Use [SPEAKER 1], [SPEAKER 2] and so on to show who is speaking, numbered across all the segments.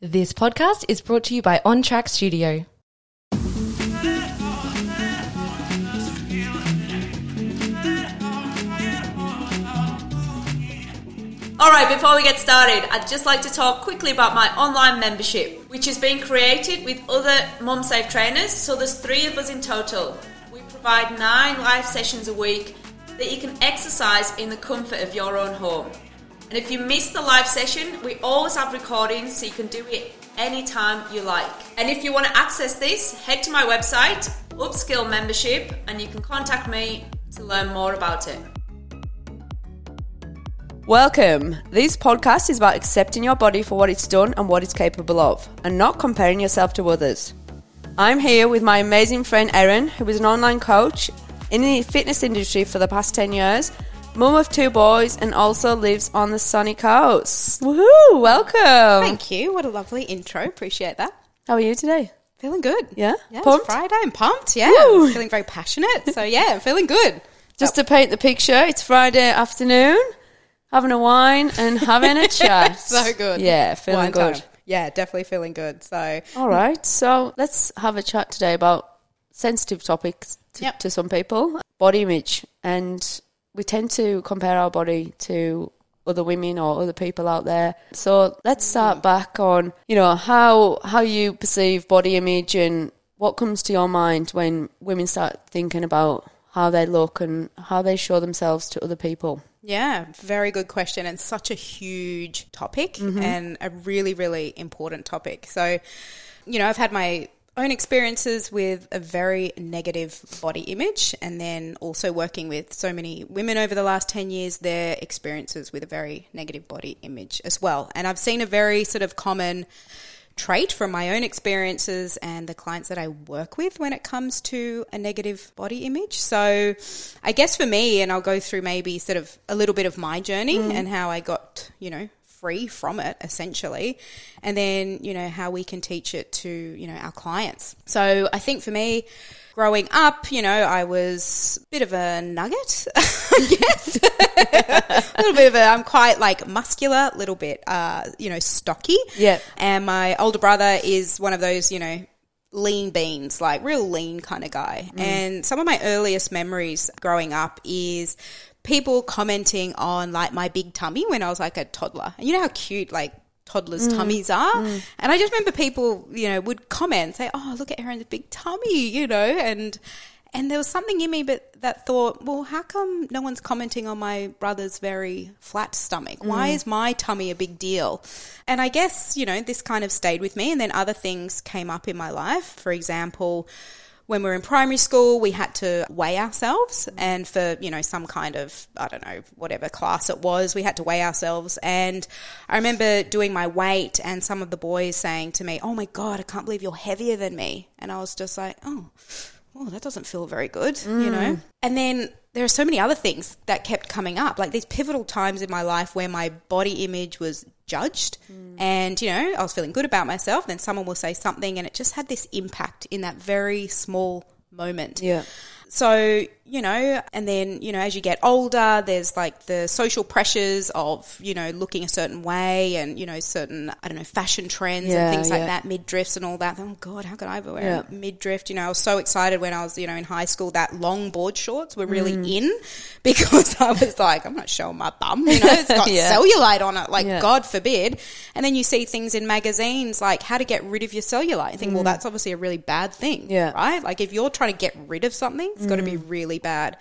[SPEAKER 1] This podcast is brought to you by On Track Studio.
[SPEAKER 2] All right, before we get started, I'd just like to talk quickly about my online membership, which is being created with other Mum Safe trainers, so there's three of us in total. We provide nine live sessions a week that you can exercise in the comfort of your own home. And if you miss the live session, we always have recordings so you can do it anytime you like. And if you want to access this, head to my website, Upskill Membership, and you can contact me to learn more about it.
[SPEAKER 3] Welcome. This podcast is about accepting your body for what it's done and what it's capable of, and not comparing yourself to others. I'm here with my amazing friend Erin, who is an online coach in the fitness industry for the past 10 years, mum of two boys, and also lives on the sunny coast. Woohoo! Welcome.
[SPEAKER 4] Thank you. What a lovely intro. Appreciate that.
[SPEAKER 3] How are you today?
[SPEAKER 4] Feeling good.
[SPEAKER 3] Yeah?
[SPEAKER 4] Yeah.
[SPEAKER 3] Pumped?
[SPEAKER 4] It's Friday. I'm pumped. Yeah.
[SPEAKER 3] Woo.
[SPEAKER 4] I'm feeling very passionate. So yeah, I'm feeling good.
[SPEAKER 3] Just to paint the picture, it's Friday afternoon, having a wine and having a chat.
[SPEAKER 4] So good.
[SPEAKER 3] Yeah, feeling
[SPEAKER 4] Wine
[SPEAKER 3] good.
[SPEAKER 4] time. Yeah, definitely feeling good. So
[SPEAKER 3] All right. So let's have a chat today about sensitive topics to,
[SPEAKER 4] Yep.
[SPEAKER 3] to some people body image. And we tend to compare our body to other women or other people out there. So let's start back on, you know, how how you perceive body image and what comes to your mind when women start thinking about how they look and how they show themselves to other people.
[SPEAKER 4] Yeah, very good question, and such a huge topic, and a really, really important topic. So, you know, I've had my own experiences with a very negative body image, and then also working with so many women over the last 10 years, their experiences with a very negative body image as well. And I've seen a very sort of common trait from my own experiences and the clients that I work with when it comes to a negative body image. So, I guess for me, and I'll go through maybe sort of a little bit of my journey and how I got, you know, free from it essentially and then you know how we can teach it to you know our clients so i think for me growing up you know i was a bit of a nugget a little bit of a i'm quite like muscular a little bit uh you know stocky
[SPEAKER 3] Yeah.
[SPEAKER 4] and my older brother is one of those, you know, lean beans, like real lean kind of guy. And some of my earliest memories growing up is people commenting on like my big tummy when I was like a toddler. And you know how cute like toddlers' tummies are? And I just remember people, you know, would comment, say, Oh, look at Erin's big tummy, you know, and and there was something in me but that thought, well, how come no one's commenting on my brother's very flat stomach? Why is my tummy a big deal? And I guess, you know, this kind of stayed with me. And then other things came up in my life. For example, when we were in primary school, we had to weigh ourselves. And for, you know, some kind of, I don't know, whatever class it was, we had to weigh ourselves. And I remember doing my weight and some of the boys saying to me, Oh my God, I can't believe you're heavier than me. And I was just like, Oh oh, that doesn't feel very good,
[SPEAKER 3] Mm.
[SPEAKER 4] you know? And then there are so many other things that kept coming up, like these pivotal times in my life where my body image was judged.
[SPEAKER 3] Mm.
[SPEAKER 4] And, you know, I was feeling good about myself. Then someone will say something, and it just had this impact in that very small moment.
[SPEAKER 3] Yeah.
[SPEAKER 4] So, you know, and then, you know, as you get older, there's like the social pressures of, you know, looking a certain way and, you know, certain, I don't know, fashion trends
[SPEAKER 3] Yeah,
[SPEAKER 4] and things
[SPEAKER 3] yeah.
[SPEAKER 4] like that, mid drifts and all that. Oh, God, how could I ever wear
[SPEAKER 3] Yeah.
[SPEAKER 4] a mid drift? You know, I was so excited when I was, you know, in high school that long board shorts were really
[SPEAKER 3] Mm.
[SPEAKER 4] in because I was like, I'm not showing my bum. You know, it's got
[SPEAKER 3] Yeah.
[SPEAKER 4] cellulite on it. Like,
[SPEAKER 3] Yeah.
[SPEAKER 4] God forbid. And then you see things in magazines like how to get rid of your cellulite. You think, well, that's obviously a really bad thing.
[SPEAKER 3] Mm. Yeah. Mm.
[SPEAKER 4] Right? Like, if you're trying to get rid of something, it's got to be really bad.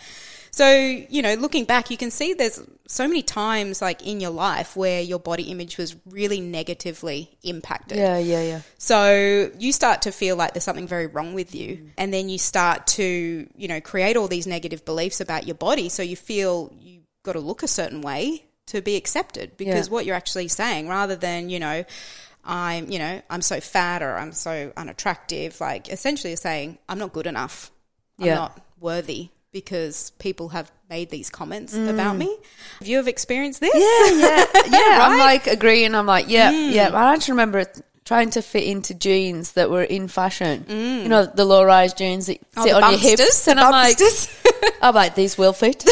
[SPEAKER 4] So, you know, looking back, you can see there's so many times like in your life where your body image was really negatively impacted.
[SPEAKER 3] Yeah, yeah, yeah.
[SPEAKER 4] So you start to feel like there's something very wrong with you.
[SPEAKER 3] Mm.
[SPEAKER 4] And then you start to, you know, create all these negative beliefs about your body. So you feel you've got to look a certain way to be accepted because
[SPEAKER 3] Yeah.
[SPEAKER 4] what you're actually saying, rather than, you know, I'm, you know, I'm so fat or I'm so unattractive, like essentially you're saying, I'm not good enough. I'm
[SPEAKER 3] Yeah.
[SPEAKER 4] not worthy because people have made these comments
[SPEAKER 3] Mm.
[SPEAKER 4] about me. Have you have experienced this?
[SPEAKER 3] yeah, yeah. I'm like agreeing. I'm like, yeah,
[SPEAKER 4] Mm.
[SPEAKER 3] yeah. I actually remember trying to fit into jeans that were in fashion. You know, the low rise jeans that
[SPEAKER 4] Mm. Oh,
[SPEAKER 3] sit
[SPEAKER 4] the
[SPEAKER 3] on your
[SPEAKER 4] bumpsters,
[SPEAKER 3] hips,
[SPEAKER 4] the
[SPEAKER 3] and I'm like,
[SPEAKER 4] bumpsters.
[SPEAKER 3] I'm like, these will fit.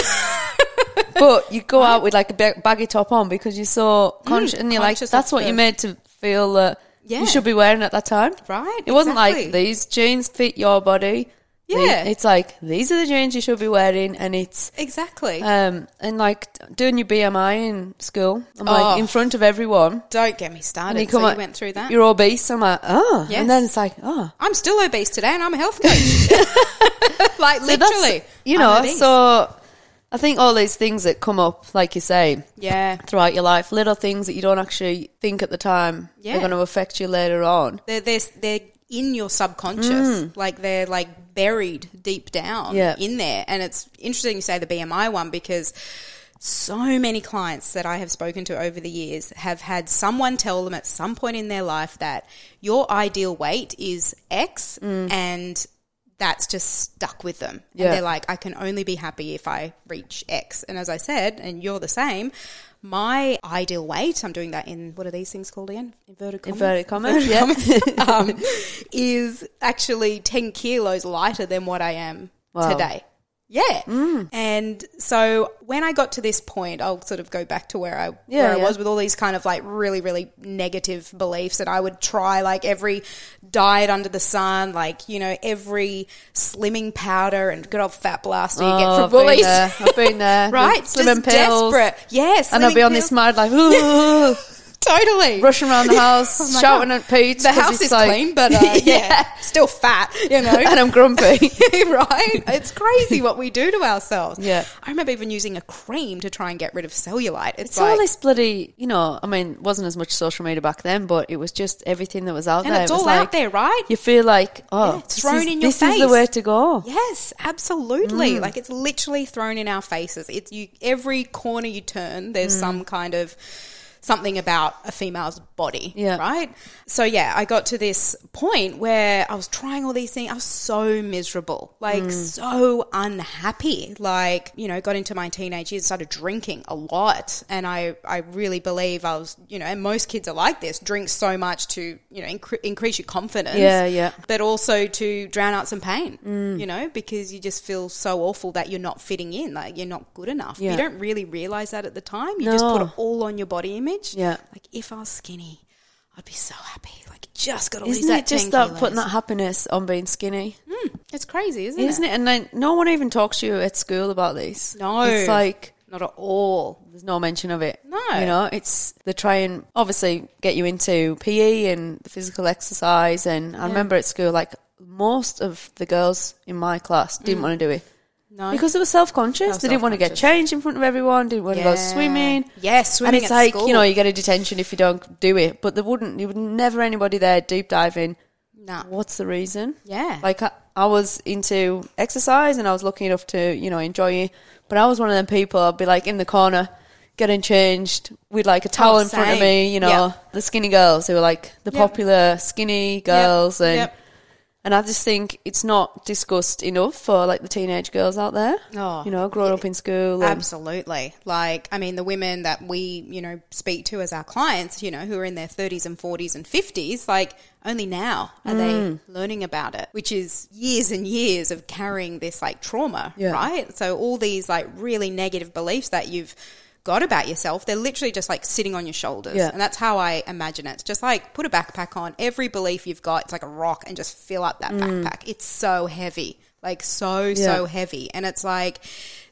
[SPEAKER 3] but you go out with like a ba- baggy top on because you're so conscious, and you're like,
[SPEAKER 4] Mm, conscious
[SPEAKER 3] that's
[SPEAKER 4] of
[SPEAKER 3] what
[SPEAKER 4] the-
[SPEAKER 3] you're made to feel. Uh,
[SPEAKER 4] Yeah.
[SPEAKER 3] you should be wearing at that time.
[SPEAKER 4] Right,
[SPEAKER 3] It wasn't
[SPEAKER 4] exactly.
[SPEAKER 3] like these jeans fit your body. The-
[SPEAKER 4] Yeah.
[SPEAKER 3] it's like these are the jeans you should be wearing, and it's
[SPEAKER 4] Exactly.
[SPEAKER 3] um and like doing your BMI in school. I'm
[SPEAKER 4] Oh.
[SPEAKER 3] like in front of everyone.
[SPEAKER 4] Don't get me
[SPEAKER 3] And
[SPEAKER 4] started.
[SPEAKER 3] you
[SPEAKER 4] so
[SPEAKER 3] come
[SPEAKER 4] you
[SPEAKER 3] out-
[SPEAKER 4] went through that.
[SPEAKER 3] You're obese. I'm like, oh,
[SPEAKER 4] Yes.
[SPEAKER 3] and then it's like, oh,
[SPEAKER 4] I'm still obese today, and I'm a health coach. like
[SPEAKER 3] So that's-
[SPEAKER 4] literally,
[SPEAKER 3] you
[SPEAKER 4] I'm
[SPEAKER 3] know.
[SPEAKER 4] obese.
[SPEAKER 3] So I think all these things that come up, like you say,
[SPEAKER 4] yeah,
[SPEAKER 3] throughout your life, little things that you don't actually think at the time
[SPEAKER 4] Yeah.
[SPEAKER 3] are going to affect you later on.
[SPEAKER 4] they're they're, they're in your subconscious, like they're like buried deep down
[SPEAKER 3] Mm. Yeah.
[SPEAKER 4] in there. And it's interesting you say the BMI one because so many clients that I have spoken to over the years have had someone tell them at some point in their life that your ideal weight is X and that's just stuck with them.
[SPEAKER 3] Mm. Yeah.
[SPEAKER 4] And they're like, I can only be happy if I reach X. And as I said, and you're the same, my ideal weight, I'm doing that in what are these things called again? Inverted commas.
[SPEAKER 3] Inverted commas, yeah.
[SPEAKER 4] um, is actually 10 kilos lighter than what I am
[SPEAKER 3] Wow. Mm.
[SPEAKER 4] today. Yeah. And so when I got to this point, I'll sort of go back to where I
[SPEAKER 3] Yeah,
[SPEAKER 4] where I
[SPEAKER 3] yeah.
[SPEAKER 4] was with all these kind of like really really negative beliefs and I would try like every diet under the sun, like you know every slimming powder and good old fat blaster you get
[SPEAKER 3] Oh,
[SPEAKER 4] from
[SPEAKER 3] I've been
[SPEAKER 4] bullies.
[SPEAKER 3] there. I've been there.
[SPEAKER 4] Right,
[SPEAKER 3] The slim
[SPEAKER 4] just
[SPEAKER 3] and pills.
[SPEAKER 4] desperate. Yes,
[SPEAKER 3] And I'll be on this mud like, ooh,
[SPEAKER 4] totally
[SPEAKER 3] rushing around the house,
[SPEAKER 4] Oh my
[SPEAKER 3] shouting
[SPEAKER 4] God.
[SPEAKER 3] at Pete.
[SPEAKER 4] The
[SPEAKER 3] 'cause
[SPEAKER 4] house
[SPEAKER 3] it's
[SPEAKER 4] is
[SPEAKER 3] like-
[SPEAKER 4] clean, but uh, yeah, still fat, you know.
[SPEAKER 3] and I'm grumpy.
[SPEAKER 4] right? It's crazy what we do to ourselves.
[SPEAKER 3] Yeah.
[SPEAKER 4] I remember even using a cream to try and get rid of cellulite. It's,
[SPEAKER 3] It's
[SPEAKER 4] like,
[SPEAKER 3] all this bloody, you know. I mean, wasn't as much social media back then, but it was just everything that was out
[SPEAKER 4] and
[SPEAKER 3] there.
[SPEAKER 4] it's
[SPEAKER 3] It was
[SPEAKER 4] all
[SPEAKER 3] like,
[SPEAKER 4] out there, right?
[SPEAKER 3] You feel like, oh,
[SPEAKER 4] Yeah, it's
[SPEAKER 3] this
[SPEAKER 4] thrown
[SPEAKER 3] is-
[SPEAKER 4] in your
[SPEAKER 3] this is the
[SPEAKER 4] face.
[SPEAKER 3] way to go.
[SPEAKER 4] Yes,
[SPEAKER 3] Mm.
[SPEAKER 4] absolutely. Like it's literally thrown in our faces. It's you every corner you turn, there's
[SPEAKER 3] Mm.
[SPEAKER 4] some kind of something about a female's body.
[SPEAKER 3] Yeah.
[SPEAKER 4] Right? So yeah, I got to this point where I was trying all these things. I was so miserable. Like
[SPEAKER 3] Mm.
[SPEAKER 4] so unhappy. Like, you know, got into my teenage years, started drinking a lot. And I, I really believe I was, you know, and most kids are like this, drink so much to, you know, incre- increase your confidence
[SPEAKER 3] Yeah, yeah.
[SPEAKER 4] but also to drown out some pain, you know, because you just feel so awful that you're not fitting in, like you're not good enough.
[SPEAKER 3] Yeah.
[SPEAKER 4] You don't really realize that at the time. You just put
[SPEAKER 3] No.
[SPEAKER 4] it all on your body image.
[SPEAKER 3] Yeah.
[SPEAKER 4] Like if I was skinny, I'd be so happy. Like just got to lose
[SPEAKER 3] Isn't
[SPEAKER 4] that
[SPEAKER 3] it just
[SPEAKER 4] 10
[SPEAKER 3] that
[SPEAKER 4] kilos.
[SPEAKER 3] putting that happiness on being skinny?
[SPEAKER 4] It's crazy, isn't,
[SPEAKER 3] Isn't it? And then no one even talks to you at school about this.
[SPEAKER 4] No.
[SPEAKER 3] It's like
[SPEAKER 4] Not at all.
[SPEAKER 3] there's no mention of it.
[SPEAKER 4] No.
[SPEAKER 3] You know, it's they try and obviously get you into PE and physical exercise and I remember at school like most of the girls in my class didn't
[SPEAKER 4] Mm.
[SPEAKER 3] want to do it.
[SPEAKER 4] No.
[SPEAKER 3] Because they were self conscious. They
[SPEAKER 4] They were
[SPEAKER 3] didn't want to get
[SPEAKER 4] self-conscious.
[SPEAKER 3] changed in front of everyone, didn't want to go
[SPEAKER 4] Yeah.
[SPEAKER 3] swimming.
[SPEAKER 4] Yeah, swimming
[SPEAKER 3] And it's
[SPEAKER 4] at
[SPEAKER 3] like,
[SPEAKER 4] school.
[SPEAKER 3] you know, you get a detention if you don't do it. But there wouldn't there would never anybody there deep diving.
[SPEAKER 4] Nah.
[SPEAKER 3] What's the reason?
[SPEAKER 4] Yeah.
[SPEAKER 3] Like I, I was into exercise and I was lucky enough to, you know, enjoy it. But I was one of them people I'd be like in the corner getting changed with like a towel
[SPEAKER 4] Oh,
[SPEAKER 3] in front of
[SPEAKER 4] same.
[SPEAKER 3] me, you know.
[SPEAKER 4] Yeah.
[SPEAKER 3] The skinny girls who were like the
[SPEAKER 4] Yep.
[SPEAKER 3] popular skinny girls and
[SPEAKER 4] yep.
[SPEAKER 3] and I just think it's not discussed enough for like the teenage girls out there.
[SPEAKER 4] Oh,
[SPEAKER 3] you know, growing up in school. And,
[SPEAKER 4] Absolutely. Like, I mean, the women that we, you know, speak to as our clients, you know, who are in their 30s and 40s and 50s, like, only now are
[SPEAKER 3] Mm.
[SPEAKER 4] they learning about it, which is years and years of carrying this, like, trauma,
[SPEAKER 3] Yeah.
[SPEAKER 4] right? So, all these, like, really negative beliefs that you've got about yourself, they're literally just, like, sitting on your shoulders.
[SPEAKER 3] Yeah.
[SPEAKER 4] And that's how I imagine it. It's just like put a backpack on, every belief you've got, it's like a rock, and just fill up that
[SPEAKER 3] Mm.
[SPEAKER 4] backpack. It's so heavy. Like, so, so
[SPEAKER 3] Yeah.
[SPEAKER 4] heavy. And it's like,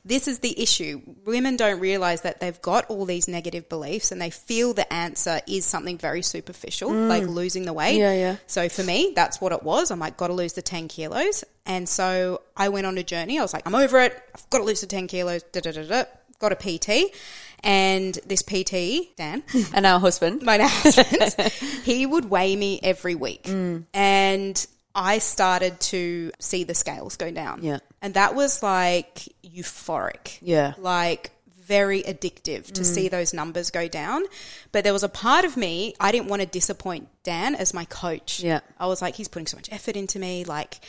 [SPEAKER 4] this is the issue. Women don't realize that they've got all these negative beliefs and they feel the answer is something very superficial, like losing the weight.
[SPEAKER 3] Mm. Yeah, yeah.
[SPEAKER 4] So for me, that's what it was. I'm like, got to lose the 10 kilos. And so I went on a journey. I was like, I'm over it. I've got to lose the 10 kilos. Da, da, da, da. Got a PT. And this PT, Dan,
[SPEAKER 3] and our husband.
[SPEAKER 4] my now husband, he would weigh me every week.
[SPEAKER 3] Mm.
[SPEAKER 4] And I started to see the scales go down.
[SPEAKER 3] Yeah.
[SPEAKER 4] And that was like euphoric.
[SPEAKER 3] Yeah.
[SPEAKER 4] Like very addictive to
[SPEAKER 3] Mm.
[SPEAKER 4] see those numbers go down. But there was a part of me, I didn't want to disappoint Dan as my coach.
[SPEAKER 3] Yeah.
[SPEAKER 4] I was like, he's putting so much effort into me. Like,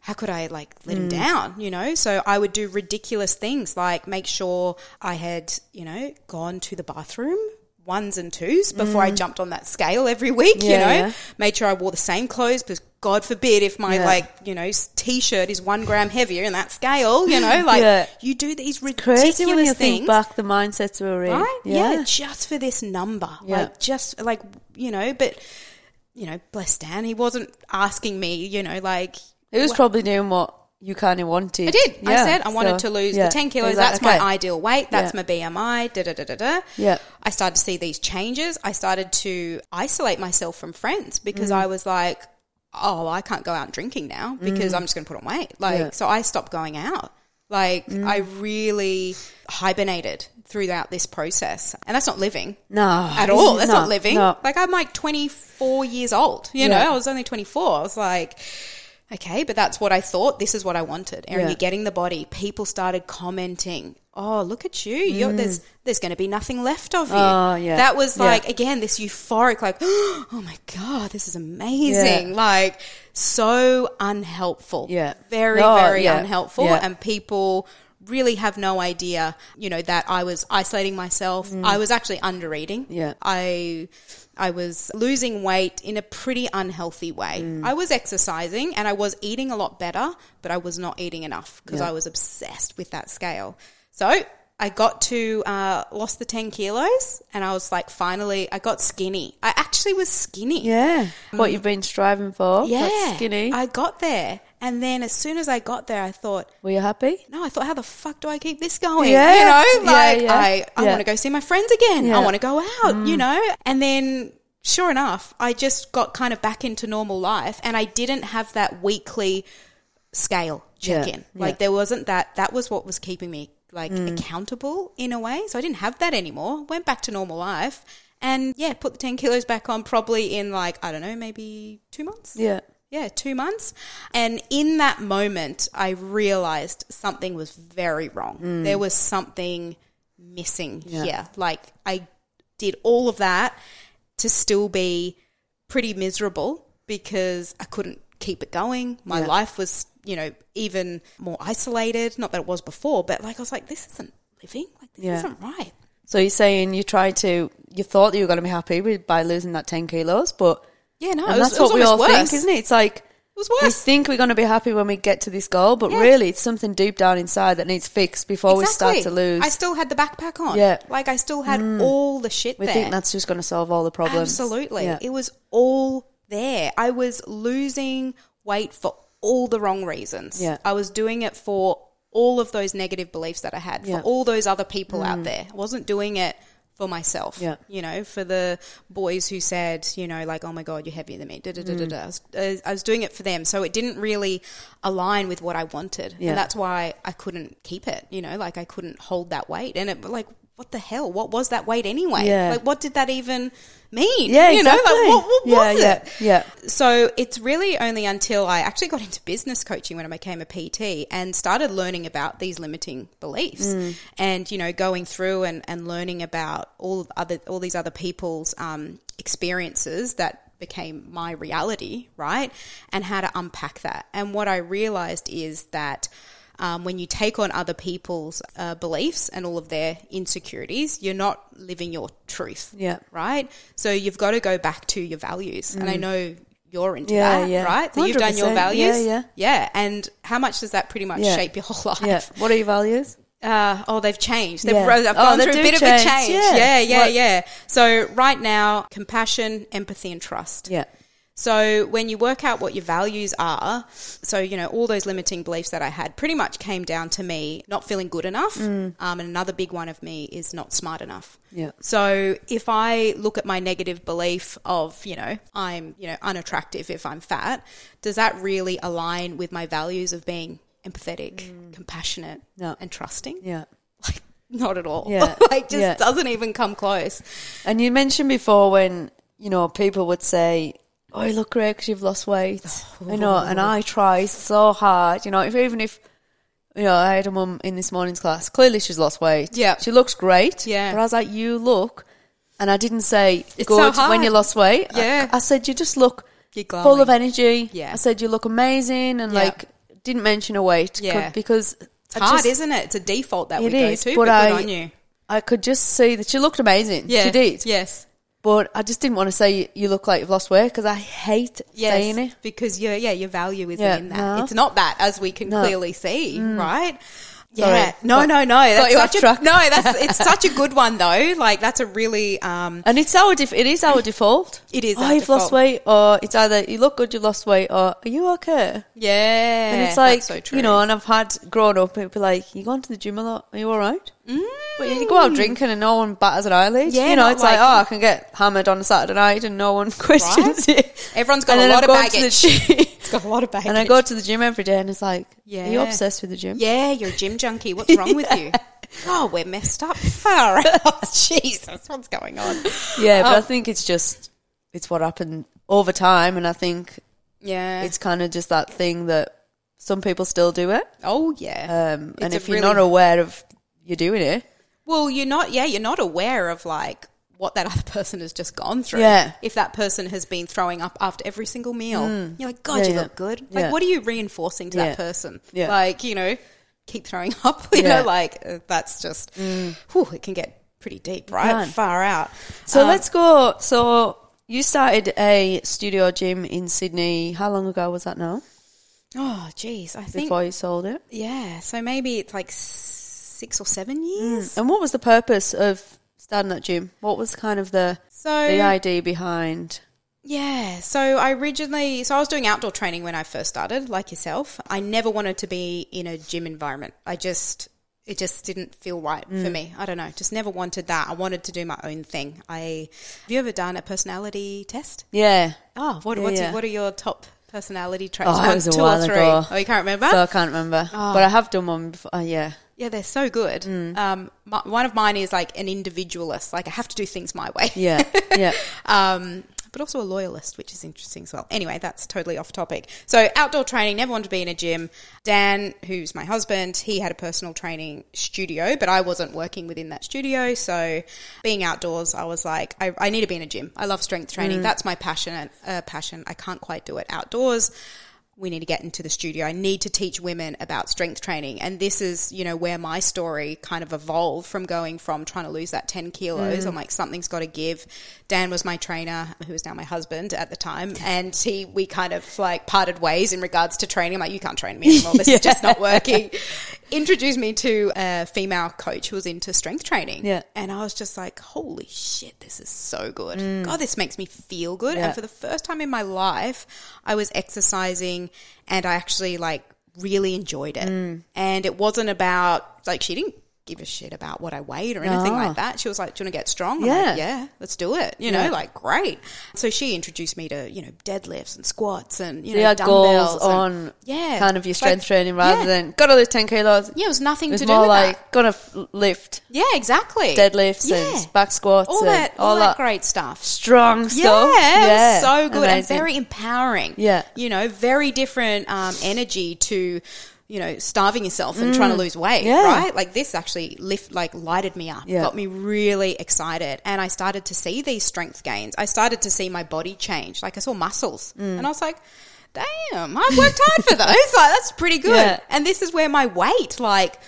[SPEAKER 4] how could I like let
[SPEAKER 3] Mm.
[SPEAKER 4] him down? You know, so I would do ridiculous things like make sure I had, you know, gone to the bathroom ones and twos before I jumped on that scale every week, you
[SPEAKER 3] Mm. Yeah,
[SPEAKER 4] know,
[SPEAKER 3] yeah.
[SPEAKER 4] made sure I wore the same clothes because God forbid if my
[SPEAKER 3] Yeah.
[SPEAKER 4] like, you know, s- t-shirt is one gram heavier in that scale, you know, like
[SPEAKER 3] Yeah.
[SPEAKER 4] you do these ridiculous
[SPEAKER 3] Crazy when you
[SPEAKER 4] things
[SPEAKER 3] think back the mindsets we were in.
[SPEAKER 4] right? Yeah. just for this number,
[SPEAKER 3] Yeah.
[SPEAKER 4] like just like you know, but you know, bless Dan, he wasn't asking me, you know, like
[SPEAKER 3] It was probably doing what you kind of wanted.
[SPEAKER 4] I did. I
[SPEAKER 3] Yeah,
[SPEAKER 4] said I wanted
[SPEAKER 3] so,
[SPEAKER 4] to lose
[SPEAKER 3] yeah.
[SPEAKER 4] the 10
[SPEAKER 3] It
[SPEAKER 4] kilos.
[SPEAKER 3] was like,
[SPEAKER 4] That's
[SPEAKER 3] okay.
[SPEAKER 4] my ideal weight. That's
[SPEAKER 3] Yeah.
[SPEAKER 4] my BMI. Da, da, da, da, da.
[SPEAKER 3] Yeah.
[SPEAKER 4] I started to see these changes. I started to isolate myself from friends because
[SPEAKER 3] Mm.
[SPEAKER 4] I was like, oh, I can't go out drinking now because I'm just going to put on weight. Like,
[SPEAKER 3] Mm. Yeah. Mm.
[SPEAKER 4] so I stopped going out. Like, I really hibernated throughout this process. And that's not living
[SPEAKER 3] No.
[SPEAKER 4] at all. That's
[SPEAKER 3] No,
[SPEAKER 4] not living.
[SPEAKER 3] no.
[SPEAKER 4] Like I'm like 24 years old. You
[SPEAKER 3] Yeah.
[SPEAKER 4] know, I was only 24. I was like, okay, but that's what I thought. This is what I wanted. Erin,
[SPEAKER 3] Yeah.
[SPEAKER 4] you're getting the body. People started commenting. Oh, look at you! You're, There's there's going to be nothing left of you.
[SPEAKER 3] Mm. Oh, yeah.
[SPEAKER 4] That was
[SPEAKER 3] Yeah.
[SPEAKER 4] like again this euphoric, like oh my god, this is amazing! Like so unhelpful.
[SPEAKER 3] Yeah.
[SPEAKER 4] very
[SPEAKER 3] Oh,
[SPEAKER 4] very
[SPEAKER 3] yeah.
[SPEAKER 4] unhelpful.
[SPEAKER 3] Yeah.
[SPEAKER 4] And people really have no idea, you know, that I was isolating myself. I was actually under eating.
[SPEAKER 3] Mm. Yeah.
[SPEAKER 4] I I was losing weight in a pretty unhealthy way.
[SPEAKER 3] Mm.
[SPEAKER 4] I was exercising and I was eating a lot better, but I was not eating enough because
[SPEAKER 3] Yeah.
[SPEAKER 4] I was obsessed with that scale. So I got to uh, lost the ten kilos, and I was like, finally, I got skinny. I actually was skinny.
[SPEAKER 3] Yeah. What you've been striving for.
[SPEAKER 4] yeah,
[SPEAKER 3] That's skinny.
[SPEAKER 4] I got there, and then as soon as I got there, I thought,
[SPEAKER 3] Were you happy?
[SPEAKER 4] no, I thought, how the fuck do I keep this going?
[SPEAKER 3] Yeah.
[SPEAKER 4] You know, like
[SPEAKER 3] Yeah, yeah.
[SPEAKER 4] I, I
[SPEAKER 3] Yeah.
[SPEAKER 4] want to go see my friends again.
[SPEAKER 3] Yeah. Mm.
[SPEAKER 4] I want to go out, you know? And then sure enough, I just got kind of back into normal life and I didn't have that weekly scale
[SPEAKER 3] Yeah.
[SPEAKER 4] check in.
[SPEAKER 3] Yeah. Mm.
[SPEAKER 4] Like there wasn't that, that was what was keeping me like accountable in a way. So I didn't have that anymore. Went back to normal life and yeah, put the 10 kilos back on probably in like, I don't know, maybe two months.
[SPEAKER 3] Yeah.
[SPEAKER 4] Yeah, two months. And in that moment, I realized something was very wrong.
[SPEAKER 3] Mm.
[SPEAKER 4] There was something missing here. Like, I did all of that to still be pretty miserable because I couldn't keep it going. My life was, you know, even more isolated. Not that it was before, but like, I was like, this isn't living. Like, this
[SPEAKER 3] Yeah.
[SPEAKER 4] isn't right.
[SPEAKER 3] So you're saying you tried to, you thought that you were going to be happy with, by losing that 10 kilos, but
[SPEAKER 4] Yeah, no,
[SPEAKER 3] and
[SPEAKER 4] it was,
[SPEAKER 3] that's
[SPEAKER 4] it was
[SPEAKER 3] what we all
[SPEAKER 4] almost worse.
[SPEAKER 3] think, isn't it? It's like,
[SPEAKER 4] It was
[SPEAKER 3] we
[SPEAKER 4] worse.
[SPEAKER 3] think we're going to be happy when we get to this goal, but really it's something deep down inside that needs fixed before we start to lose.
[SPEAKER 4] I still had the backpack on.
[SPEAKER 3] Yeah. Mm.
[SPEAKER 4] Like I still had all the shit
[SPEAKER 3] we
[SPEAKER 4] there.
[SPEAKER 3] think that's just going to solve all the problems.
[SPEAKER 4] Absolutely.
[SPEAKER 3] Yeah.
[SPEAKER 4] It was all there. I was losing weight for all the wrong reasons.
[SPEAKER 3] Yeah.
[SPEAKER 4] I was doing it for all of those negative beliefs that I had,
[SPEAKER 3] Yeah. Mm.
[SPEAKER 4] for all those other people out there. I wasn't doing it for myself.
[SPEAKER 3] Yeah.
[SPEAKER 4] You know, for the boys who said, you know, like, oh my God, you're heavier than me. Da, da,
[SPEAKER 3] Mm.
[SPEAKER 4] da, da, da. I, was, I- I was doing it for them. So it didn't really align with what I wanted.
[SPEAKER 3] Yeah.
[SPEAKER 4] And that's why I couldn't keep it, you know, like I couldn't hold that weight. And it, like, what the hell? What was that weight anyway?
[SPEAKER 3] Yeah.
[SPEAKER 4] Like, what did that even mean?
[SPEAKER 3] Yeah,
[SPEAKER 4] you
[SPEAKER 3] exactly.
[SPEAKER 4] know, like what, what
[SPEAKER 3] yeah,
[SPEAKER 4] was
[SPEAKER 3] yeah,
[SPEAKER 4] it?
[SPEAKER 3] yeah,
[SPEAKER 4] So it's really only until I actually got into business coaching when I became a PT and started learning about these limiting beliefs, and you know, going through and, and learning about all of other all these other people's um, experiences that became my reality, right? And how to unpack that. And what I realized is that um, when you take on other people's uh, beliefs and all of their insecurities, you're not living your truth.
[SPEAKER 3] Yeah.
[SPEAKER 4] Right. So you've got to go back to your values. And I know you're into
[SPEAKER 3] Mm. Yeah,
[SPEAKER 4] that,
[SPEAKER 3] yeah.
[SPEAKER 4] right? So you've done your
[SPEAKER 3] 100%.
[SPEAKER 4] values.
[SPEAKER 3] Yeah, yeah.
[SPEAKER 4] Yeah. And how much does that pretty much
[SPEAKER 3] Yeah.
[SPEAKER 4] shape your whole
[SPEAKER 3] yeah.
[SPEAKER 4] life?
[SPEAKER 3] What are your values?
[SPEAKER 4] Uh, oh, they've changed. They've
[SPEAKER 3] Yeah.
[SPEAKER 4] ro- I've
[SPEAKER 3] Oh,
[SPEAKER 4] gone
[SPEAKER 3] they
[SPEAKER 4] through a
[SPEAKER 3] do
[SPEAKER 4] bit
[SPEAKER 3] change.
[SPEAKER 4] of a change.
[SPEAKER 3] Yeah.
[SPEAKER 4] Yeah, yeah, yeah,
[SPEAKER 3] What-
[SPEAKER 4] So right now, compassion, empathy, and trust.
[SPEAKER 3] Yeah,
[SPEAKER 4] So when you work out what your values are, so you know all those limiting beliefs that I had pretty much came down to me not feeling good enough, um, and another big one of me is not smart enough.
[SPEAKER 3] Mm. Yeah.
[SPEAKER 4] So if I look at my negative belief of you know I'm you know unattractive if I'm fat, does that really align with my values of being empathetic, compassionate,
[SPEAKER 3] Mm. No.
[SPEAKER 4] and trusting?
[SPEAKER 3] yeah.
[SPEAKER 4] Like not at all.
[SPEAKER 3] Yeah.
[SPEAKER 4] like just
[SPEAKER 3] Yeah.
[SPEAKER 4] doesn't even come close.
[SPEAKER 3] And you mentioned before when you know people would say, "Oh, you look great because you've lost weight."
[SPEAKER 4] Oh,
[SPEAKER 3] I know, and I try so hard. You know, if even if you know, I had a mum in this morning's class. Clearly, she's lost weight.
[SPEAKER 4] Yeah.
[SPEAKER 3] she looks great.
[SPEAKER 4] Yeah.
[SPEAKER 3] but I was like, "You look," and I didn't say
[SPEAKER 4] It's so
[SPEAKER 3] good when
[SPEAKER 4] hard.
[SPEAKER 3] you lost weight. I-
[SPEAKER 4] Yeah.
[SPEAKER 3] I, said you just look
[SPEAKER 4] You're
[SPEAKER 3] full of
[SPEAKER 4] glowing.
[SPEAKER 3] energy.
[SPEAKER 4] Yeah.
[SPEAKER 3] I said you look amazing, and
[SPEAKER 4] Yeah.
[SPEAKER 3] like didn't mention a weight.
[SPEAKER 4] Yeah.
[SPEAKER 3] co- because
[SPEAKER 4] It's hard, isn't it? It's a default that we
[SPEAKER 3] It
[SPEAKER 4] go
[SPEAKER 3] is,
[SPEAKER 4] to.
[SPEAKER 3] but
[SPEAKER 4] But,
[SPEAKER 3] I-
[SPEAKER 4] good on you.
[SPEAKER 3] I could just see that she looked amazing.
[SPEAKER 4] Yeah,
[SPEAKER 3] she did.
[SPEAKER 4] Yes.
[SPEAKER 3] But I just didn't want to say you look like you've lost weight because I hate
[SPEAKER 4] Yes,
[SPEAKER 3] saying it.
[SPEAKER 4] because your yeah your value isn't
[SPEAKER 3] Yeah,
[SPEAKER 4] in that.
[SPEAKER 3] no.
[SPEAKER 4] It's not that, as we can
[SPEAKER 3] No.
[SPEAKER 4] clearly see, right? Yeah.
[SPEAKER 3] Sorry.
[SPEAKER 4] No,
[SPEAKER 3] Got-
[SPEAKER 4] no, no. That's
[SPEAKER 3] you off
[SPEAKER 4] such a,
[SPEAKER 3] track.
[SPEAKER 4] No, that's it's such a good one though. Like that's a really um
[SPEAKER 3] And it's our def- it is our default.
[SPEAKER 4] It is
[SPEAKER 3] Oh,
[SPEAKER 4] our
[SPEAKER 3] you've
[SPEAKER 4] default.
[SPEAKER 3] lost weight, or it's either you look good, you've lost weight, or are you okay?
[SPEAKER 4] yeah.
[SPEAKER 3] And it's like you know, and I've had grown up, it'd be like you going to the gym a lot. Are you all right? Mm. But you go out drinking and no one batters an eyelid.
[SPEAKER 4] Yeah,
[SPEAKER 3] you know,
[SPEAKER 4] not
[SPEAKER 3] it's like,
[SPEAKER 4] like-
[SPEAKER 3] oh, I can get hammered on a Saturday night and no one questions it.
[SPEAKER 4] Everyone's got
[SPEAKER 3] And
[SPEAKER 4] a
[SPEAKER 3] then
[SPEAKER 4] lot
[SPEAKER 3] I've
[SPEAKER 4] of
[SPEAKER 3] gone to the
[SPEAKER 4] baggage.
[SPEAKER 3] gym-
[SPEAKER 4] it's got a lot of baggage.
[SPEAKER 3] and I go to the gym every day, and it's like, yeah,
[SPEAKER 4] Yeah.
[SPEAKER 3] are you obsessed with the gym?
[SPEAKER 4] Yeah, you're a gym junkie. What's wrong with you? Oh, we're messed up. Far out. Jesus, what's going on?
[SPEAKER 3] Yeah, but I think it's just it's what happened over time, and I think
[SPEAKER 4] Yeah.
[SPEAKER 3] it's kind of just that thing that some people still do it,
[SPEAKER 4] oh yeah.
[SPEAKER 3] um,
[SPEAKER 4] It's
[SPEAKER 3] and
[SPEAKER 4] a
[SPEAKER 3] if you're
[SPEAKER 4] really-
[SPEAKER 3] not aware of you're doing it,
[SPEAKER 4] Well, you're not. Yeah, you're not aware of like what that other person has just gone through.
[SPEAKER 3] Yeah.
[SPEAKER 4] If that person has been throwing up after every single meal, you're like,
[SPEAKER 3] Mm.
[SPEAKER 4] God,
[SPEAKER 3] Yeah,
[SPEAKER 4] you
[SPEAKER 3] yeah.
[SPEAKER 4] look good. Like,
[SPEAKER 3] Yeah.
[SPEAKER 4] what are you reinforcing to
[SPEAKER 3] Yeah.
[SPEAKER 4] that person?
[SPEAKER 3] Yeah.
[SPEAKER 4] Like, you know, keep throwing up. You
[SPEAKER 3] Yeah. Mm.
[SPEAKER 4] know, like uh, that's just. Whew, it can get pretty deep, right?
[SPEAKER 3] can.
[SPEAKER 4] Far out.
[SPEAKER 3] so
[SPEAKER 4] Um,
[SPEAKER 3] let's go. So you started a studio gym in Sydney. How long ago was that now?
[SPEAKER 4] Oh, geez, I think.
[SPEAKER 3] Before you sold it,
[SPEAKER 4] Yeah. So maybe it's like six or seven years.
[SPEAKER 3] and what was the purpose of starting that gym? What was kind of the
[SPEAKER 4] So
[SPEAKER 3] the idea behind?
[SPEAKER 4] Yeah. So I originally, so I was doing outdoor training when I first started, like yourself. I never wanted to be in a gym environment. I just, it just didn't feel right for me. I don't know. Just never wanted that. I wanted to do my own thing. I, have you ever done a personality test?
[SPEAKER 3] Yeah,
[SPEAKER 4] Oh, what,
[SPEAKER 3] Yeah,
[SPEAKER 4] what's,
[SPEAKER 3] yeah.
[SPEAKER 4] what are your top personality traits?
[SPEAKER 3] Oh, it
[SPEAKER 4] One,
[SPEAKER 3] was a
[SPEAKER 4] two, or
[SPEAKER 3] while
[SPEAKER 4] three?
[SPEAKER 3] ago.
[SPEAKER 4] Oh, you can't remember?
[SPEAKER 3] so I can't remember, but I have done one before. Uh, yeah,
[SPEAKER 4] Yeah, they're so good. Um, my, one of mine is like an individualist. Like I have to do things my way.
[SPEAKER 3] yeah, yeah.
[SPEAKER 4] um, but also a loyalist, which is interesting as well. Anyway, that's totally off topic. So outdoor training, never wanted to be in a gym. Dan, who's my husband, he had a personal training studio, but I wasn't working within that studio. So being outdoors, I was like, I, I need to be in a gym. I love strength training. That's my passion. Uh, passion. I can't quite do it outdoors we need to get into the studio. I need to teach women about strength training. And this is, you know, where my story kind of evolved from going from trying to lose that 10 kilos. I'm like, something's got to give. Dan was my trainer, who was now my husband at the time. And he, we kind of like parted ways in regards to training. I'm like, you can't train me anymore. This is just not working. Introduced me to a female coach who was into strength training.
[SPEAKER 3] Yeah.
[SPEAKER 4] And I was just like, holy shit, this is so good. God, this makes me feel good.
[SPEAKER 3] Mm. Yeah.
[SPEAKER 4] And for the first time in my life, I was exercising and I actually like really enjoyed it.
[SPEAKER 3] Mm.
[SPEAKER 4] And it wasn't about like she didn't give a shit about what I weighed or anything
[SPEAKER 3] No.
[SPEAKER 4] like that. She was like, Do you want to get strong? I'm
[SPEAKER 3] Yeah.
[SPEAKER 4] like, yeah, let's do it. You
[SPEAKER 3] Yeah.
[SPEAKER 4] know, like great. So she introduced me to, you know, deadlifts and squats and you
[SPEAKER 3] So you
[SPEAKER 4] know,
[SPEAKER 3] had
[SPEAKER 4] dumbbells
[SPEAKER 3] goals
[SPEAKER 4] and-
[SPEAKER 3] on
[SPEAKER 4] yeah.
[SPEAKER 3] kind of your
[SPEAKER 4] Like,
[SPEAKER 3] strength training rather
[SPEAKER 4] yeah.
[SPEAKER 3] than gotta lose 10 kilos.
[SPEAKER 4] Yeah, it was nothing
[SPEAKER 3] It was
[SPEAKER 4] to do
[SPEAKER 3] more
[SPEAKER 4] with
[SPEAKER 3] like
[SPEAKER 4] that.
[SPEAKER 3] gonna f- lift
[SPEAKER 4] Yeah, exactly.
[SPEAKER 3] deadlifts
[SPEAKER 4] Yeah.
[SPEAKER 3] and back squats
[SPEAKER 4] all
[SPEAKER 3] and
[SPEAKER 4] that all, that, great stuff.
[SPEAKER 3] strong stuff.
[SPEAKER 4] Yeah, it was so good and
[SPEAKER 3] Amazing.
[SPEAKER 4] very empowering.
[SPEAKER 3] Yeah.
[SPEAKER 4] you know, very different um, energy to you know starving yourself and trying to lose weight.
[SPEAKER 3] Mm. Yeah.
[SPEAKER 4] right. Like this actually lift like lighted me up,
[SPEAKER 3] Yeah.
[SPEAKER 4] got me really excited, and I started to see these strength gains. I started to see my body change. Like I saw muscles,
[SPEAKER 3] Mm.
[SPEAKER 4] and I was like. Damn, I've worked hard for those. Like, that's pretty good.
[SPEAKER 3] Yeah.
[SPEAKER 4] And this is where my weight, like,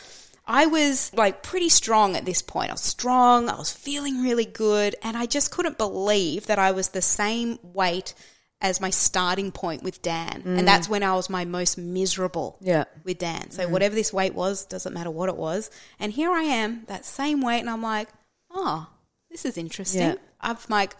[SPEAKER 4] I was like pretty strong at this point. I was strong, I was feeling really good, and I just couldn't believe that I was the same weight as my starting point with Dan. And that's when I was my most miserable
[SPEAKER 3] Mm. Yeah.
[SPEAKER 4] with Dan.
[SPEAKER 3] Mm.
[SPEAKER 4] So whatever this weight was, doesn't matter what it was. And here I am, that same weight, and I'm like, oh, this is interesting.
[SPEAKER 3] Yeah.
[SPEAKER 4] I'm like,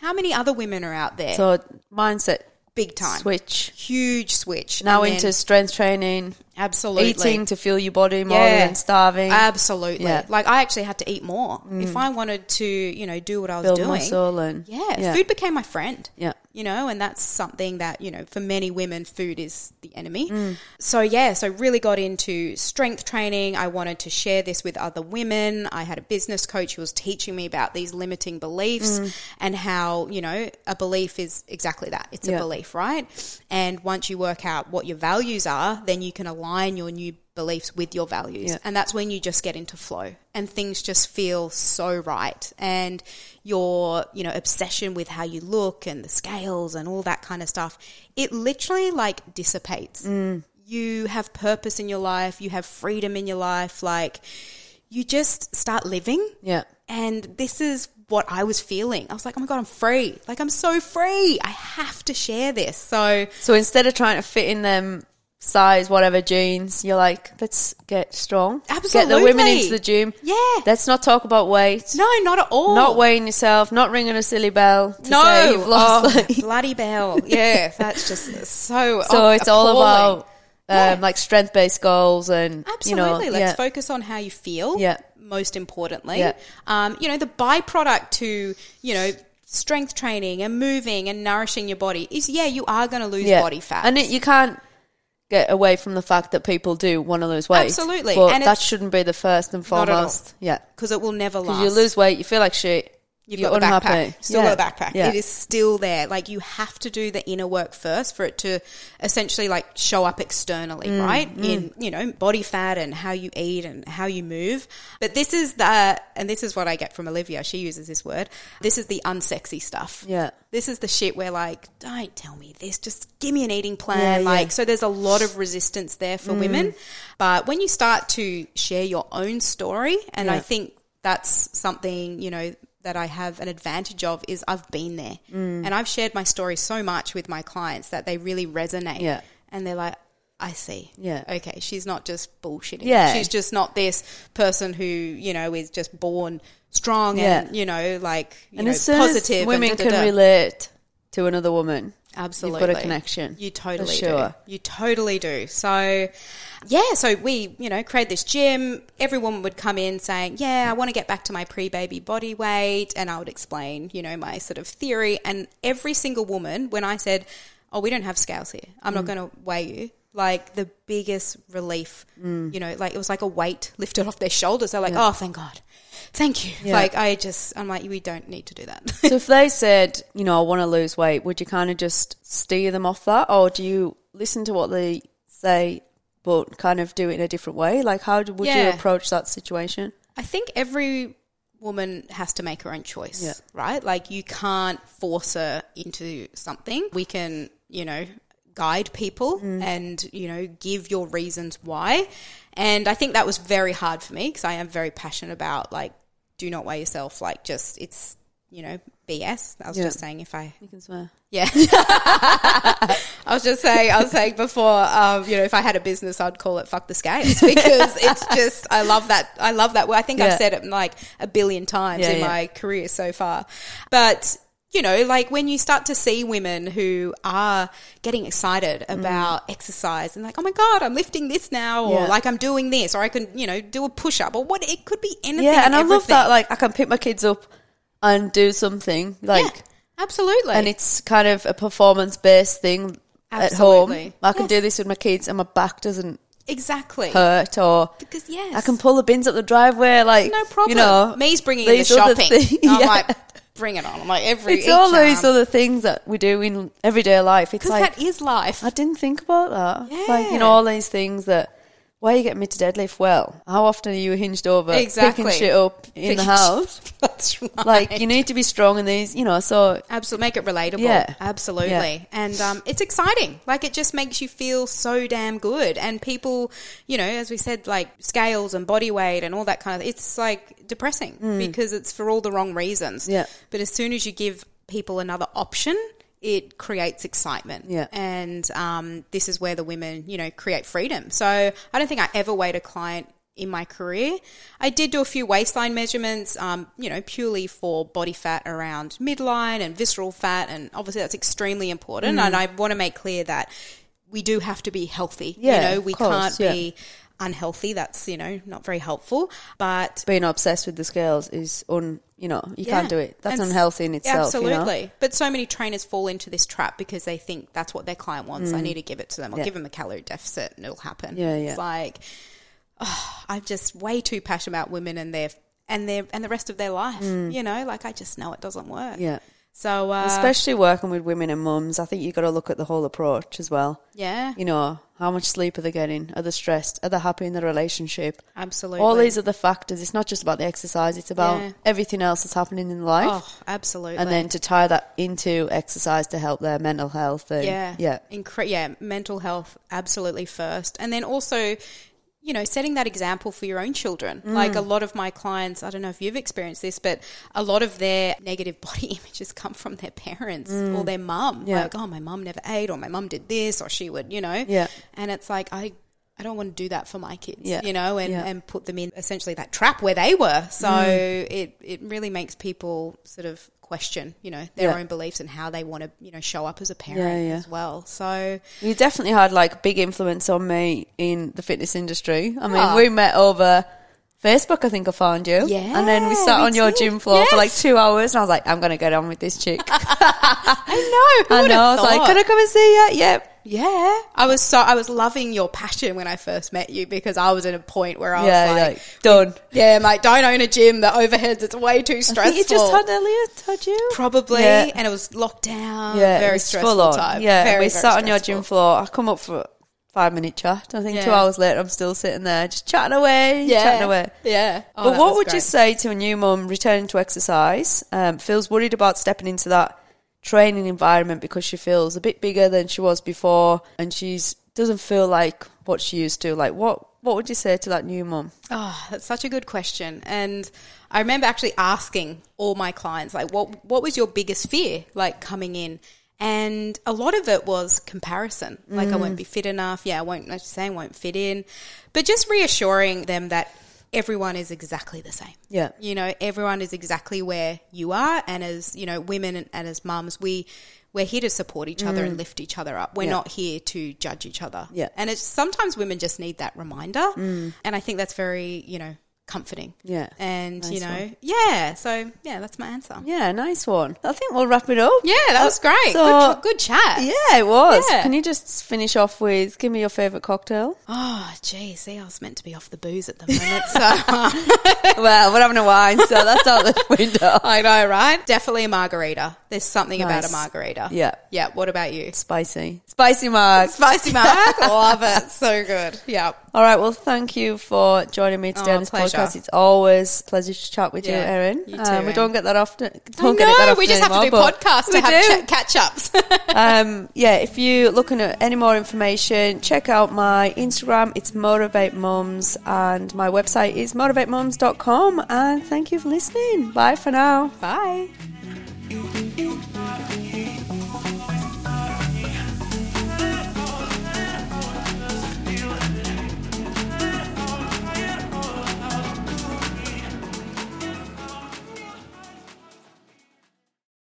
[SPEAKER 4] how many other women are out there?
[SPEAKER 3] So mindset
[SPEAKER 4] Big time.
[SPEAKER 3] switch.
[SPEAKER 4] Huge switch.
[SPEAKER 3] Now
[SPEAKER 4] And then-
[SPEAKER 3] into strength training,
[SPEAKER 4] absolutely
[SPEAKER 3] eating to fuel your body more than starving.
[SPEAKER 4] Absolutely.
[SPEAKER 3] Yeah. Mm.
[SPEAKER 4] Like I actually had to eat more if I wanted to, you know, do what I was
[SPEAKER 3] build
[SPEAKER 4] doing.
[SPEAKER 3] muscle and
[SPEAKER 4] Yeah, food became my friend.
[SPEAKER 3] Yeah.
[SPEAKER 4] You know, and that's something that, you know, for many women, food is the enemy.
[SPEAKER 3] Mm.
[SPEAKER 4] So, yeah, so really got into strength training. I wanted to share this with other women. I had a business coach who was teaching me about these limiting beliefs
[SPEAKER 3] Mm.
[SPEAKER 4] and how, you know, a belief is exactly that it's
[SPEAKER 3] Yeah.
[SPEAKER 4] a belief, right? And once you work out what your values are, then you can align your new beliefs with your values.
[SPEAKER 3] Yeah.
[SPEAKER 4] And that's when you just get into flow and things just feel so right. And your, you know, obsession with how you look and the scales and all that kind of stuff, it literally like dissipates. You have purpose in your life, you have freedom in your life, like you just start living.
[SPEAKER 3] Yeah.
[SPEAKER 4] And this is what I was feeling. I was like, oh my God, I'm free. Like, I'm so free. I have to share this. So,
[SPEAKER 3] So instead of trying to fit in them size, whatever jeans. You're like, let's get strong. Get the
[SPEAKER 4] Absolutely.
[SPEAKER 3] women into the gym.
[SPEAKER 4] Yeah.
[SPEAKER 3] Let's not talk about weight.
[SPEAKER 4] No, not at all.
[SPEAKER 3] Not weighing yourself, not ringing a silly bell to
[SPEAKER 4] No,
[SPEAKER 3] say you've lost.
[SPEAKER 4] Oh,
[SPEAKER 3] weight.
[SPEAKER 4] bloody bell. Yeah, that's just so.
[SPEAKER 3] so
[SPEAKER 4] oh,
[SPEAKER 3] it's all
[SPEAKER 4] appalling.
[SPEAKER 3] about um, like strength based goals and you know,
[SPEAKER 4] Absolutely. Let's
[SPEAKER 3] yeah.
[SPEAKER 4] focus on how you feel.
[SPEAKER 3] Yeah.
[SPEAKER 4] Most importantly,
[SPEAKER 3] Yeah.
[SPEAKER 4] um, you know, the byproduct to you know strength training and moving and nourishing your body is yeah, you are going to lose
[SPEAKER 3] Yeah.
[SPEAKER 4] body fat.
[SPEAKER 3] and it, you can't get away from the fact that people do want to lose weight.
[SPEAKER 4] Absolutely.
[SPEAKER 3] but
[SPEAKER 4] And
[SPEAKER 3] that
[SPEAKER 4] it's-
[SPEAKER 3] shouldn't be the first and
[SPEAKER 4] Not at all.
[SPEAKER 3] foremost. Yeah,
[SPEAKER 4] because it will never last.
[SPEAKER 3] because you lose weight, you feel like shit.
[SPEAKER 4] You've
[SPEAKER 3] you're
[SPEAKER 4] got the
[SPEAKER 3] unhappy.
[SPEAKER 4] backpack. Still
[SPEAKER 3] Yeah.
[SPEAKER 4] got the backpack.
[SPEAKER 3] Yeah.
[SPEAKER 4] It is still there. Like you have to do the inner work first for it to essentially like show up externally,
[SPEAKER 3] Mm,
[SPEAKER 4] right? In you know body fat and how you eat and how you move. But this is the and this is what I get from Olivia. She uses this word. This is the unsexy stuff.
[SPEAKER 3] Yeah.
[SPEAKER 4] This is the shit where like, don't tell me this. Just give me an eating
[SPEAKER 3] Yeah,
[SPEAKER 4] plan.
[SPEAKER 3] yeah. Mm.
[SPEAKER 4] like, so there's a lot of resistance there for women. But when you start to share your own story, and I
[SPEAKER 3] Yeah.
[SPEAKER 4] think that's something, you know, that I have an advantage of is I've been there
[SPEAKER 3] Mm.
[SPEAKER 4] and I've shared my story so much with my clients that they really resonate.
[SPEAKER 3] Yeah.
[SPEAKER 4] And they're like, I see.
[SPEAKER 3] Yeah.
[SPEAKER 4] Okay. She's not just bullshitting.
[SPEAKER 3] Yeah.
[SPEAKER 4] She's just not this person who, you know, is just born strong and, you know, like, you
[SPEAKER 3] And
[SPEAKER 4] know,
[SPEAKER 3] as soon
[SPEAKER 4] positive.
[SPEAKER 3] as
[SPEAKER 4] and
[SPEAKER 3] women can
[SPEAKER 4] da-da-da.
[SPEAKER 3] relate to another woman,
[SPEAKER 4] Absolutely.
[SPEAKER 3] you've got a connection.
[SPEAKER 4] You totally
[SPEAKER 3] For sure.
[SPEAKER 4] do. You totally do. So, yeah, so we, you know, created this gym. Everyone would come in saying, Yeah, I want to get back to my pre baby body weight. And I would explain, you know, my sort of theory. And every single woman, when I said, Oh, we don't have scales here, I'm
[SPEAKER 3] Mm.
[SPEAKER 4] not going to weigh you. Like the biggest relief,
[SPEAKER 3] Mm.
[SPEAKER 4] you know, like it was like a weight lifted off their shoulders. They're like, oh, thank God. Thank you.
[SPEAKER 3] Yeah.
[SPEAKER 4] Like, I just, I'm like, we don't need to do that.
[SPEAKER 3] so if they said, you know, I want to lose weight, would you kind of just steer them off that, or do you listen to what they say, but kind of do it in a different way? Like, how do, would you
[SPEAKER 4] Yeah.
[SPEAKER 3] approach that situation?
[SPEAKER 4] I think every woman has to make her own choice,
[SPEAKER 3] Yeah.
[SPEAKER 4] right? Like you can't force her into something. We can, you know, guide people
[SPEAKER 3] Mm.
[SPEAKER 4] and, you know, give your reasons why. And I think that was very hard for me because I am very passionate about like do not weigh yourself like just it's, you know, BS. I was
[SPEAKER 3] Yeah.
[SPEAKER 4] just saying if I
[SPEAKER 3] You can swear.
[SPEAKER 4] yeah. I was just saying, I was saying before, um, you know, if I had a business, I'd call it fuck the scales because it's just, I love that. I love that. word. I think
[SPEAKER 3] Yeah.
[SPEAKER 4] I've said it like a billion times
[SPEAKER 3] Yeah,
[SPEAKER 4] in
[SPEAKER 3] yeah.
[SPEAKER 4] my career so far. But, you know, like when you start to see women who are getting excited
[SPEAKER 3] Mm.
[SPEAKER 4] about exercise and like, oh my God, I'm lifting this now, or
[SPEAKER 3] Yeah.
[SPEAKER 4] like I'm doing this, or I can, you know, do a push up, or what it could be anything.
[SPEAKER 3] Yeah, and I love
[SPEAKER 4] everything.
[SPEAKER 3] that. Like, I can pick my kids up and do something like.
[SPEAKER 4] Yeah, absolutely.
[SPEAKER 3] and it's kind of a performance based thing at home.
[SPEAKER 4] Absolutely.
[SPEAKER 3] I can
[SPEAKER 4] Yes.
[SPEAKER 3] do this with my kids, and my back doesn't
[SPEAKER 4] exactly.
[SPEAKER 3] hurt, or
[SPEAKER 4] Because, yes.
[SPEAKER 3] I can pull the bins up the driveway. Like,
[SPEAKER 4] no problem.
[SPEAKER 3] You know,
[SPEAKER 4] me's bringing in the
[SPEAKER 3] these other
[SPEAKER 4] shopping.
[SPEAKER 3] things-
[SPEAKER 4] I'm
[SPEAKER 3] Yeah.
[SPEAKER 4] like, bring it on. I'm like, every
[SPEAKER 3] it's all those
[SPEAKER 4] because
[SPEAKER 3] other things that we do in everyday life. It's like
[SPEAKER 4] that is life.
[SPEAKER 3] I didn't think about that. Like you
[SPEAKER 4] Yeah.
[SPEAKER 3] know, all these things that why are you getting me to deadlift? Well, how often are you hinged over
[SPEAKER 4] Exactly.
[SPEAKER 3] picking shit up in the house?
[SPEAKER 4] That's right.
[SPEAKER 3] Like you need to be strong in these, you know. So
[SPEAKER 4] Absolutely, make it relatable.
[SPEAKER 3] Yeah.
[SPEAKER 4] absolutely,
[SPEAKER 3] Yeah.
[SPEAKER 4] and um, it's exciting. Like it just makes you feel so damn good. And people, you know, as we said, like scales and body weight and all that kind of. It's like depressing because it's for all the wrong reasons.
[SPEAKER 3] Mm. Yeah.
[SPEAKER 4] But as soon as you give people another option, it creates excitement.
[SPEAKER 3] Yeah.
[SPEAKER 4] And um, this is where the women, you know, create freedom. So I don't think I ever weighed a client in my career. I did do a few waistline measurements, um, you know, purely for body fat around midline and visceral fat. And obviously that's extremely
[SPEAKER 3] Mm.
[SPEAKER 4] important. And I want to make clear that we do have to be healthy.
[SPEAKER 3] Yeah,
[SPEAKER 4] you know,
[SPEAKER 3] of
[SPEAKER 4] we
[SPEAKER 3] course,
[SPEAKER 4] can't
[SPEAKER 3] yeah.
[SPEAKER 4] be unhealthy. That's, you know, not very helpful. But
[SPEAKER 3] being obsessed with the scales is un, you know, you
[SPEAKER 4] yeah.
[SPEAKER 3] can't do it. That's
[SPEAKER 4] And s-
[SPEAKER 3] unhealthy in itself.
[SPEAKER 4] Absolutely.
[SPEAKER 3] You know?
[SPEAKER 4] But so many trainers fall into this trap because they think that's what their client wants. I need to give it to them. I'll give them a calorie deficit and it'll happen.
[SPEAKER 3] Mm. Yeah, yeah.
[SPEAKER 4] It's like, oh, I'm just way too passionate about women and their and their and the rest of their life. You know, like I just know it doesn't work.
[SPEAKER 3] Mm. Yeah.
[SPEAKER 4] So uh,
[SPEAKER 3] Especially working with women and mums, I think you've got to look at the whole approach as well.
[SPEAKER 4] yeah,
[SPEAKER 3] You know, how much sleep are they getting? Are they stressed? Are they happy in the relationship?
[SPEAKER 4] absolutely.
[SPEAKER 3] All these other factors. It's not just about the exercise, it's about
[SPEAKER 4] Yeah.
[SPEAKER 3] everything else that's happening in life.
[SPEAKER 4] oh, absolutely.
[SPEAKER 3] and then to tie that into exercise to help their mental health. And,
[SPEAKER 4] yeah,
[SPEAKER 3] Yeah.
[SPEAKER 4] Incre- yeah, mental health absolutely first, and then also. you know, setting that example for your own children.
[SPEAKER 3] Mm.
[SPEAKER 4] Like a lot of my clients, I don't know if you've experienced this, but a lot of their negative body images come from their parents or their mum.
[SPEAKER 3] Mm. Yeah.
[SPEAKER 4] Like, oh, my mum never ate, or my mum did this, or she would, you know.
[SPEAKER 3] Yeah.
[SPEAKER 4] And it's like, I. I don't want to do that for my kids,
[SPEAKER 3] Yeah.
[SPEAKER 4] you know, and,
[SPEAKER 3] Yeah.
[SPEAKER 4] and put them in essentially that trap where they were. So
[SPEAKER 3] Mm.
[SPEAKER 4] it, it really makes people sort of question, you know, their
[SPEAKER 3] Yeah.
[SPEAKER 4] own beliefs and how they want to, you know, show up as a parent
[SPEAKER 3] yeah.
[SPEAKER 4] as well. So
[SPEAKER 3] You definitely had like a big influence on me in the fitness industry. I mean,
[SPEAKER 4] Ah.
[SPEAKER 3] we met over Facebook, I think I found you.
[SPEAKER 4] Yeah,
[SPEAKER 3] And then we sat
[SPEAKER 4] we
[SPEAKER 3] on your
[SPEAKER 4] did.
[SPEAKER 3] gym floor for like
[SPEAKER 4] Yes.
[SPEAKER 3] two hours and I was like, I'm going to get on with this chick.
[SPEAKER 4] I know.
[SPEAKER 3] I know. I was like, can I come and see you? Yep.
[SPEAKER 4] yeah. I was so I was loving your passion when I first met you because I was at a point where I
[SPEAKER 3] yeah,
[SPEAKER 4] was like,
[SPEAKER 3] like, done.
[SPEAKER 4] yeah, mate, don't own a gym. The overheads, it's way too
[SPEAKER 3] I
[SPEAKER 4] stressful.
[SPEAKER 3] think you just had Elliot, had you?
[SPEAKER 4] probably,
[SPEAKER 3] Yeah.
[SPEAKER 4] and it was locked down.
[SPEAKER 3] Yeah,
[SPEAKER 4] very
[SPEAKER 3] it was
[SPEAKER 4] stressful
[SPEAKER 3] full on.
[SPEAKER 4] time.
[SPEAKER 3] Yeah,
[SPEAKER 4] very,
[SPEAKER 3] we
[SPEAKER 4] very
[SPEAKER 3] sat on your
[SPEAKER 4] stressful.
[SPEAKER 3] gym floor. I come up for a five minute chat. I think two
[SPEAKER 4] Yeah.
[SPEAKER 3] hours later, I'm still sitting there just chatting away,
[SPEAKER 4] Yeah,
[SPEAKER 3] chatting away.
[SPEAKER 4] Yeah. Oh,
[SPEAKER 3] but
[SPEAKER 4] that
[SPEAKER 3] what
[SPEAKER 4] was
[SPEAKER 3] would you
[SPEAKER 4] great.
[SPEAKER 3] say to a new mum returning to exercise? Um, feels worried about stepping into that training environment because she feels a bit bigger than she was before, and she's doesn't feel like what she used to. Like what? What would you say to that new mum?
[SPEAKER 4] Oh, that's such a good question. And I remember actually asking all my clients, like, what what was your biggest fear like coming in? And a lot of it was comparison. Like, I won't be fit enough. Yeah, I won't, like you saying, won't fit in. But just reassuring them that everyone is exactly the same.
[SPEAKER 3] Yeah.
[SPEAKER 4] You know, everyone is exactly where you are. And as, you know, women and, and as mums, we, we're here to support each other and lift each other up. We're
[SPEAKER 3] Mm. Yeah.
[SPEAKER 4] not here to judge each other.
[SPEAKER 3] Yeah. Mm.
[SPEAKER 4] And it's sometimes women just need that reminder. And I think that's very, you know, comforting.
[SPEAKER 3] Yeah.
[SPEAKER 4] And, you
[SPEAKER 3] Nice
[SPEAKER 4] know,
[SPEAKER 3] one.
[SPEAKER 4] yeah. So, yeah, that's my answer. Yeah,
[SPEAKER 3] Yeah, nice one. I think we'll wrap it up.
[SPEAKER 4] that was great.
[SPEAKER 3] So-
[SPEAKER 4] good, tra- good chat.
[SPEAKER 3] Yeah, it was.
[SPEAKER 4] Yeah.
[SPEAKER 3] Can you just finish off with give me your favorite cocktail?
[SPEAKER 4] Oh, geez. See, I was meant to be off the booze at the moment. So,
[SPEAKER 3] well, we're having a wine, so that's out the window.
[SPEAKER 4] I know, right? Definitely a margarita. There's something about
[SPEAKER 3] Nice.
[SPEAKER 4] a margarita.
[SPEAKER 3] Yeah.
[SPEAKER 4] Yeah. What about you?
[SPEAKER 3] Spicy. Spicy mug.
[SPEAKER 4] Spicy Mark. Love it. So good. Yeah.
[SPEAKER 3] All right, well, thank you for joining me today
[SPEAKER 4] Oh,
[SPEAKER 3] on this
[SPEAKER 4] pleasure.
[SPEAKER 3] podcast. It's always a pleasure to chat with you,
[SPEAKER 4] Yeah,
[SPEAKER 3] Erin.
[SPEAKER 4] you too,
[SPEAKER 3] Um, we
[SPEAKER 4] Erin.
[SPEAKER 3] don't get that often.
[SPEAKER 4] I
[SPEAKER 3] Don't get it that
[SPEAKER 4] know,
[SPEAKER 3] often
[SPEAKER 4] we just have to do
[SPEAKER 3] anymore, but
[SPEAKER 4] podcasts
[SPEAKER 3] we
[SPEAKER 4] to have
[SPEAKER 3] do.
[SPEAKER 4] cha- catch ups.
[SPEAKER 3] um, yeah, if you're looking at any more information, check out my Instagram. It's Motivate Mums, and my website is motivatemums.com. And thank you for listening. Bye for now.
[SPEAKER 4] Bye.